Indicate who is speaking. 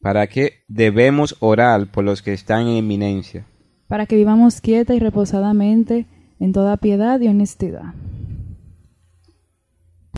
Speaker 1: para que debemos orar por los que están en eminencia,
Speaker 2: para que vivamos quieta y reposadamente en toda piedad y honestidad.